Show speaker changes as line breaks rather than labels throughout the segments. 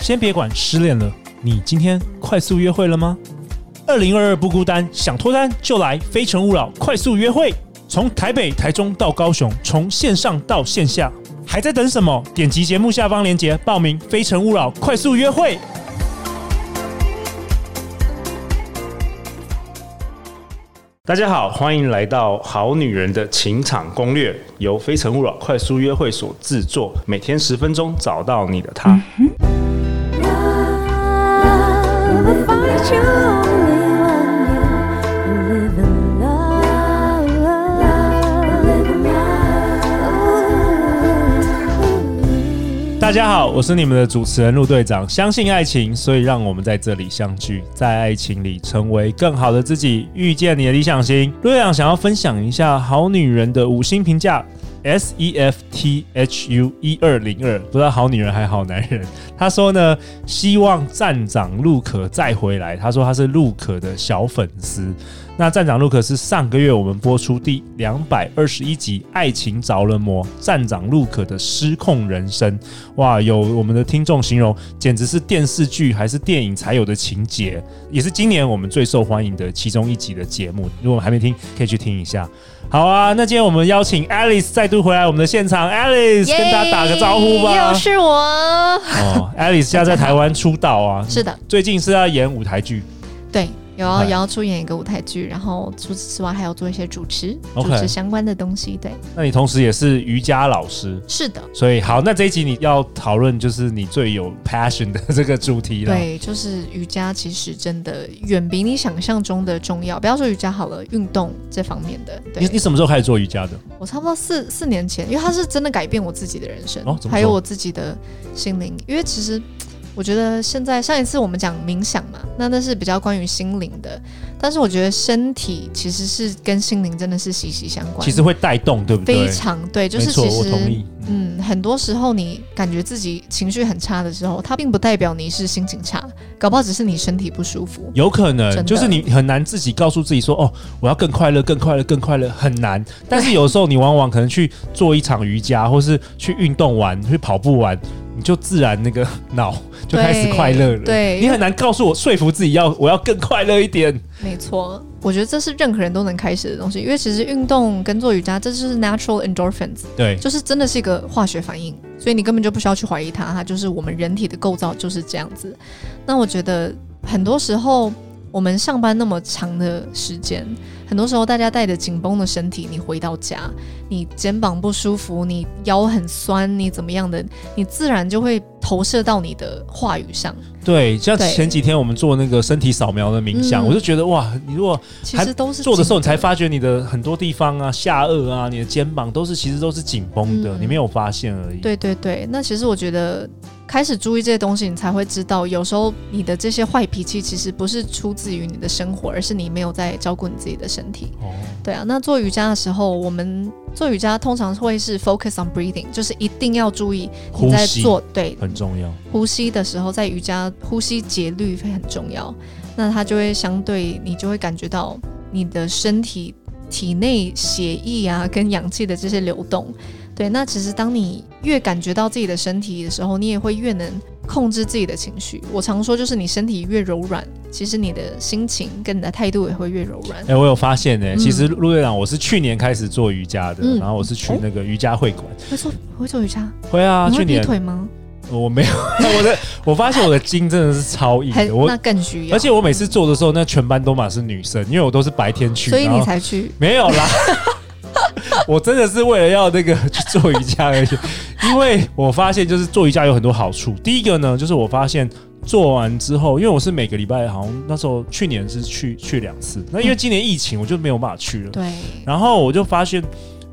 先别管失恋了，你今天快速约会了吗？二零二二不孤单，想脱单就来《非诚勿扰》快速约会，从台北、台中到高雄，从线上到线下，还在等什么？点击节目下方链接报名《非诚勿扰》快速约会。大家好，欢迎来到《好女人的情场攻略》，由《非诚勿扰》快速约会所制作，每天十分钟，找到你的他。
Love, if I should only one you live in love, love, live in love.
大家好，我是你们的主持人陆队长。相信爱情，所以让我们在这里相聚，在爱情里成为更好的自己，遇见你的理想型。陆队长想要分享一下好女人的五星评价。S E F T H U 一二零二，不知道好女人还好男人。他说呢，希望站长陆可再回来。他说他是陆可的小粉丝。那站长陆可是上个月我们播出第两百二十一集《爱情着了魔》，站长陆可的失控人生。哇，有我们的听众形容，简直是电视剧还是电影才有的情节，也是今年我们最受欢迎的其中一集的节目。如果还没听，可以去听一下。好啊，那今天我们邀请 Alice 再度回来我们的现场，Alice
耶
跟大家打个招呼吧
哎又。是我，
哦，Alice 现在在台湾出道啊，
是的，
最近是要演舞台剧，
对，有
嗨
要也要出演一个舞台剧，然后除此之外还要做一些主持
OK
主持相关的东西。对，
那你同时也是瑜伽老师。
是的，
所以好，那这一集你要讨论就是你最有 passion 的这个主题了。
对，就是瑜伽，其实真的远比你想象中的重要。不要说瑜伽好了，运动这方面的，
你你
对
什么时候开始做瑜伽的？
我差不多四四年前，因为它是真的改变我自己的人生，
哦怎么
还有
说
我自己的心灵，因为其实。我觉得现在上一次我们讲冥想嘛，那那是比较关于心灵的，但是我觉得身体其实是跟心灵真的是息息相关的。
其实会带动，对不对？
非常对，就是
没错，
其
我同
实
意。
嗯，很多时候你感觉自己情绪很差的时候，它并不代表你是心情差，搞不好只是你身体不舒服。
有可
真
能
的
就是你很难自己告诉自己说哦，我要更快乐，更快乐，更快乐，很难。但是有时候你往往可能去做一场瑜伽，或是去运动完，去跑步完，你就自然那个脑 就开始快乐了。
对
你很难告诉我说服自己要我要更快乐一点。
没错，我觉得这是任何人都能开始的东西，因为其实运动跟做瑜伽，这就是 natural endorphins，
对，
就是真的是一个化学反应，所以你根本就不需要去怀疑它，它就是我们人体的构造就是这样子。那我觉得很多时候我们上班那么长的时间，很多时候大家带着紧绷的身体，你回到家，你肩膀不舒服，你腰很酸，你怎么样的，你自然就会投射到你的话语上。
对，像
对
前几天我们做那个身体扫描的冥想，
嗯
我就觉得哇，你如果
其
还
实都是
做的时候，你
紧
才发觉你的很多地方啊，下颚啊，你的肩膀都是其实都是紧绷的，
嗯
你没有发现而已。
对对对，那其实我觉得开始注意这些东西，你才会知道，有时候你的这些坏脾气其实不是出自于你的生活，而是你没有在照顾你自己的身体。
哦，
对啊，那做瑜伽的时候，我们做瑜伽通常会是 focus on breathing，就是一定要注意
呼
你在
吸
做对
很重要。
呼吸的时候，在瑜伽呼吸节律会很重要，那它就会相对你就会感觉到你的身体体内血液啊跟氧气的这些流动。对，那其实当你越感觉到自己的身体的时候，你也会越能控制自己的情绪。我常说，就是你身体越柔软，其实你的心情跟你的态度也会越柔软
哎、。我有发现呢、
嗯
其实陆队长，我是去年开始做瑜伽的，
嗯
然后我是去那个瑜伽会馆。
会做会做瑜伽？
会啊，
你
去
会劈
年
腿吗？
我没有 我的，我发现我的筋真的是超硬
很
的。我
那更需要，
而且我每次做的时候，那全班都满是女生，因为我都是白天去，
所以
然
你
后
才 去。
没有啦。 我真的是为了要那个去做瑜伽而已，因为我发现就是做瑜伽有很多好处。第一个呢，就是我发现做完之后，因为我是每个礼拜好像那时候去年是去去两次，那因
嗯
为今年疫情我就没有办法去了。
对，
然后我就发现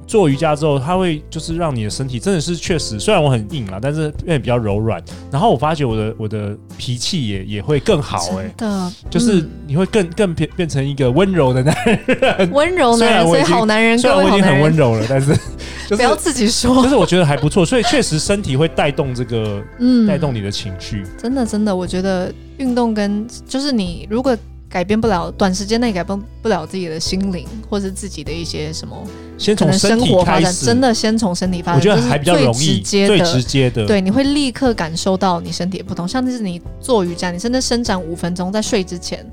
做瑜伽之后，它会就是让你的身体真的是确实，虽然我很硬啦，但是变得比较柔软。然后我发觉我的我的脾气也也会更好、欸，
真的
就是
嗯
你会更更变变成一个温柔的男人。
温柔
虽
男
然
人，
我
所
已
以
经
好男人，
虽
各
然
位
我已经
好男
很温
人，
柔了，但是 就
不
是
要自己说
就。是我觉得还不错，所以确实身体会带动这个
嗯
带动你的情绪。
真的真的，我觉得运动跟就是你如果改变不了，短时间内改变不了自己的心灵，或是自己的一些什么，
先
可
从
能
身
生
体
活发
开
展，
始，
真的先从身体发展，
我觉得
这是
还比较容易，
最直接
最
的，
直接的，
对，你会立刻感受到你身体的不同。像是你做瑜伽，你甚至伸展五分钟，在睡之前，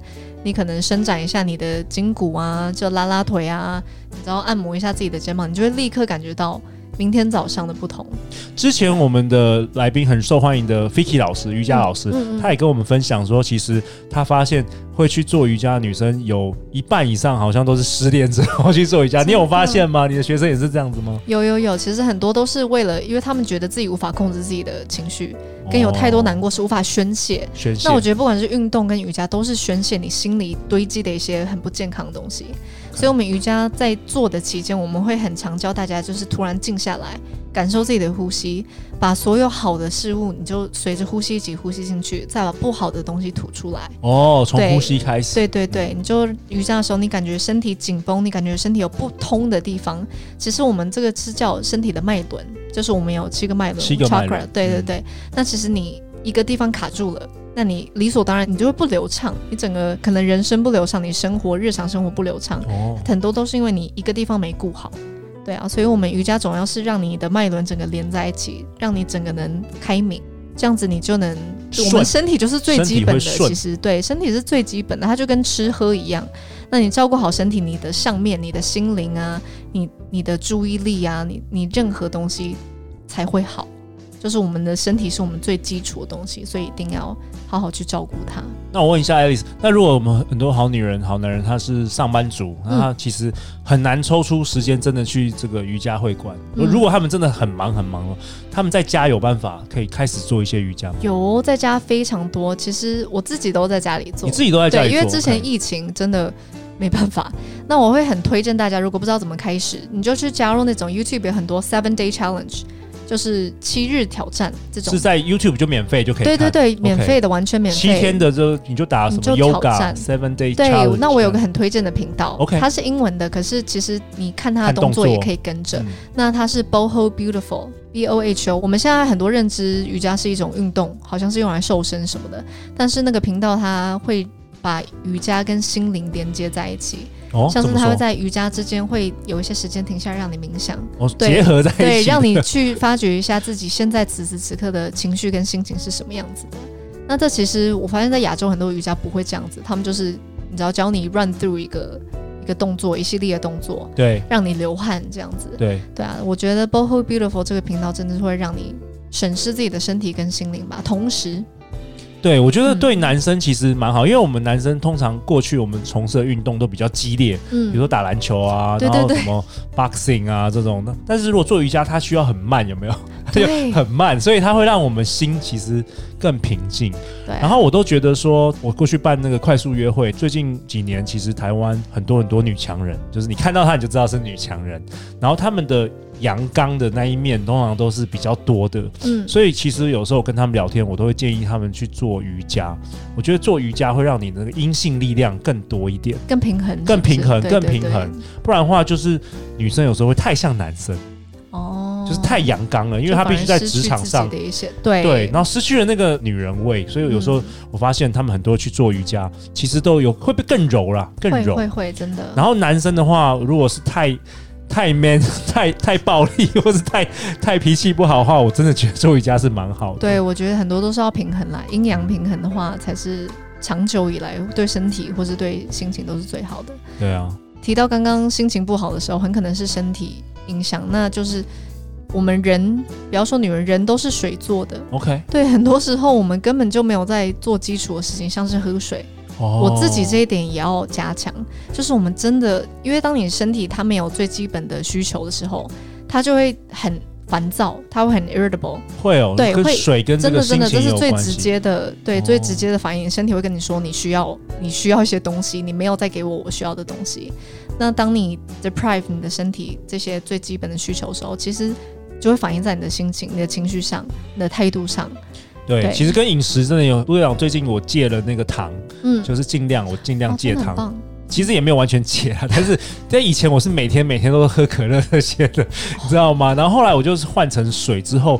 你可能伸展一下你的筋骨啊，就拉拉腿啊，然后按摩一下自己的肩膀，你就会立刻感觉到明天早上的不同。
之前我们的来宾很受欢迎的 Fiki 老师，瑜伽老师，
嗯嗯
他也跟我们分享说，其实他发现会去做瑜伽的女生有一半以上好像都是失恋 之后去做瑜伽，
真
你
的
有发现吗？你的学生也是这样子吗？
有有有，其实很多都是为了，因为他们觉得自己无法控制自己的情绪，嗯跟有太多难
哦
过是无法宣泄，
宣泄
那我觉得不管是运动跟瑜伽，都是宣泄你心里堆积的一些很不健康的东西。所以，我们瑜伽在做的期间，我们会很常教大家，就是突然静下来，感受自己的呼吸，把所有好的事物，你就随着呼吸一起呼吸进去，再把不好的东西吐出来。
哦，从
对
呼吸开始，
对对
嗯
对，你就瑜伽的时候，你感觉身体紧绷，你感觉身体有不通的地方，其实我们这个是叫身体的脉轮，就是我们有七个脉轮
七个脉轮
chakra，对对
嗯
对。那其实你一个地方卡住了，那你理所当然你就会不流畅，你整个可能人生不流畅，你生活日常生活不流畅，
哦，
很多都是因为你一个地方没顾好。对啊，所以我们瑜伽总要是让你的脉轮整个连在一起，让你整个能开明，这样子你就能。
顺
我们身体就是最基本的，
身体会顺
其实对身体是最基本的，它就跟吃喝一样。那你照顾好身体，你的上面、你的心灵啊，你你的注意力啊，你你任何东西才会好。就是我们的身体是我们最基础的东西，所以一定要好好去照顾它。
那我问一下 Alice，那如果我们很多好女人、好男人，他是上班族，
嗯
那他其实很难抽出时间真的去这个瑜伽会馆。
嗯
如果他们真的很忙很忙了，他们在家有办法可以开始做一些瑜伽吗？
有哦在家非常多，其实我自己都在家里做
你。自己都在家里
对，
做，
因为之前
嗯
疫情真的没办法。那我会很推荐大家，如果不知道怎么开始，你就去加入那种 YouTube 有很多 Seven Day Challenge，就是七日挑战这种
是。在 YouTube 就免费就可以
对
看，
对对，免
OK
费的，完全免费。
七天的就你就打什么
你就挑
Yoga
战
Seven Day
对
Challenge，，嗯
那我有个很推荐的频道
OK
它是英文的，可是其实你看它的
看动
动
作
作也可以跟着。
嗯
那它是 boho beautiful b o h o。我们现在很多认知瑜伽是一种运动，好像是用来瘦身什么的，但是那个频道它会把瑜伽跟心灵连接在一起，
哦，
像
怎
是
么
它会
说？
在瑜伽之间会有一些时间停下来让你冥 想，
哦，
对
结合在一起，
对，让你去发掘一下自己现在此时此刻的情绪跟心情是什么样子的。那这其实我发现，在亚洲很多瑜伽不会这样子，他们就是你知道教你 run through 一个一个动作，一系列的动作，
对
让你流汗这样子。
对。
对啊，我觉得 Boho Beautiful 这个频道真的是会让你审视自己的身体跟心灵吧。同时，
对，我觉得
嗯
对男生其实蛮好，因为我们男生通常过去我们从事的运动都比较激烈，比如
嗯，
说打篮球啊，
对对
然后
对
什么 boxing 啊这种的。但是如果做瑜伽，它需要很慢，有没有？
对
很慢，所以它会让我们心其实更平静。
对啊
然后我都觉得说，我过去办那个快速约会，最近几年其实台湾很多很多女强人，就是你看到她你就知道是女强人，然后她们的阳刚的那一面通常都是比较多的，
嗯，
所以其实有时候跟他们聊天，我都会建议他们去做瑜伽。我觉得做瑜伽会让你的那个阴性力量更多一点，
更平衡是不是，
更平衡
对
更
对
平
对
衡不然的话就是女生有时候会太像男生，
哦，
就是太阳刚了，因为她必须在职场上
就反而失去自己。的一些对嗯
对，然后失去了那个女人味，所以有时候我发现他们很多去做瑜伽，其实都有会不会更柔啦，更
会
柔。
会会真的，
然后男生的话，如果是太太 man、太 太暴力， 或是太太脾气不好的话，我真的觉得做瑜伽是蛮好的。
对，我觉得很多都是要平衡啦，阴阳平衡的话才是长久以来对身体或是对心情都是最好的。
对啊，
提到刚刚心情不好的时候，很可能是身体影响，那就是我们人，不要说女人，人都是水做的。
OK，
对，很多时候我们根本就没有在做基础的事情，像是喝水。
哦
我自己这一点也要加强，就是我们真的，因为当你身体它没有最基本的需求的时候，它就会很烦躁，它会很 irritable。
会哦，
对
跟
会
水跟这
真
个
的真
心
的，这
情也
是
有
最
关
直
系。
接的，对、
哦
最直接的反应。身体会跟你说你需要你需要一些东西，你没有再给我我需要的东西。那当你 deprive 你的身体这些最基本的需求的时候，其实就会反映在你的心情、你的情绪上、你的态度上。
对，
对
其实跟饮食真的有。陆队长最近我戒了那个糖，
嗯，
就是尽量我尽量
哦
戒
真的
糖
很，棒
其实也没有完全戒啊，但是 在以前我是 每天每天都喝可乐这些的，你知道吗？然后后来我就是换成水之后，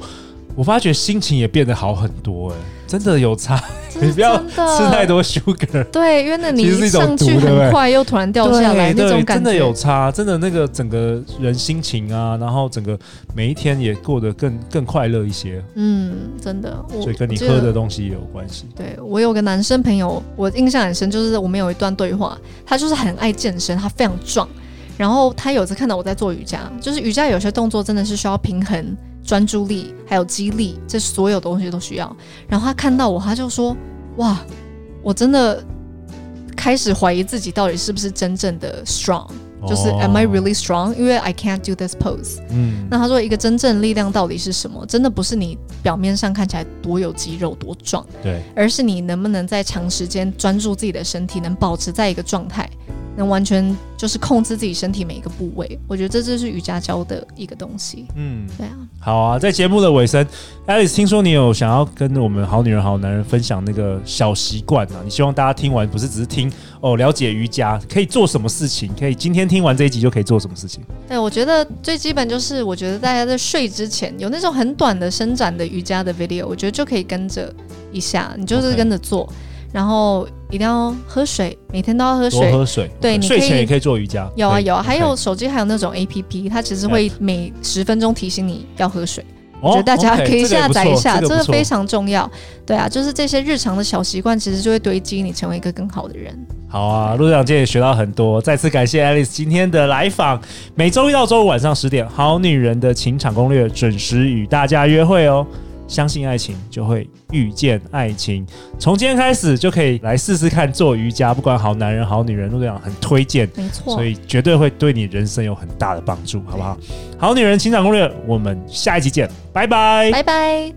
我发觉心情也变得好很多、哎，真的有差。
这
你
是
不要
真的
吃太。多 sugar，
对，因为那你
其实是一种
上去
毒对不对
很快，又突然掉下来，
对
那种
对，
感
真
觉
的有差，真的那个整个人心情啊，然后整个每一天也过得更更快乐一些，
嗯，真的。我
所以跟你
我记
喝
得
的东西也有关系。
对我有个男生朋友，我印象很深，就是我们有一段对话，他就是很爱健身，他非常壮。然后他有一次看到我在做瑜伽，就是瑜伽有些动作真的是需要平衡、专注力，还有肌力，这所有东西都需要。然后他看到我，他就说：“哇，我真的开始怀疑自己到底是不是真正的 strong，就是 Am I
哦
really strong？因为 I can't do this pose。”
嗯
那他说，一个真正的力量到底是什么？真的不是你表面上看起来多有肌肉、多壮。
对，
而是你能不能在长时间专注自己的身体，能保持在一个状态，能完全就是控制自己身体每一个部位。我觉得这就是瑜伽教的一个东西。
嗯。
对啊，
好啊，在节目的尾声，Alice，听说你有想要跟我们好女人、好男人分享那个小习惯啊？你希望大家听完不是只是听哦，了解瑜伽可以做什么事情？可以今天听完这一集就可以做什么事情？
对啊我觉得最基本就是，我觉得大家在睡之前有那种很短的伸展的瑜伽的 video，我觉得就可以跟着一下，你就是
OK
跟着做然后一定要喝水，每天都要喝
多
水。
喝水，
对你可
睡
以
前也可以做瑜伽。
有啊
可以
有啊，还
OK
有手机还有那种 A P P，它其实会每十分钟提醒你要喝水。
哦
觉得大家
OK，
可以
这个也
下
不
载
错
一下，
这个
个
不错
非常重要。对啊，就是这些日常的小习惯，其实就会堆积你成为一个更好的人。
好啊，陆长今天也学到很多，再次感谢 Alice 今天的来访。每周一到周五晚上十点，《好女人的情场攻略》准时与大家约会哦。相信爱情，就会遇见爱情。从今天开始就可以来试试看做瑜伽，不管好男人、好女人，陆队长很推荐，
没错
所，以绝对会对你人生有很大的帮助，好不好？好女人情场攻略，我们下一集见，拜拜。
拜拜。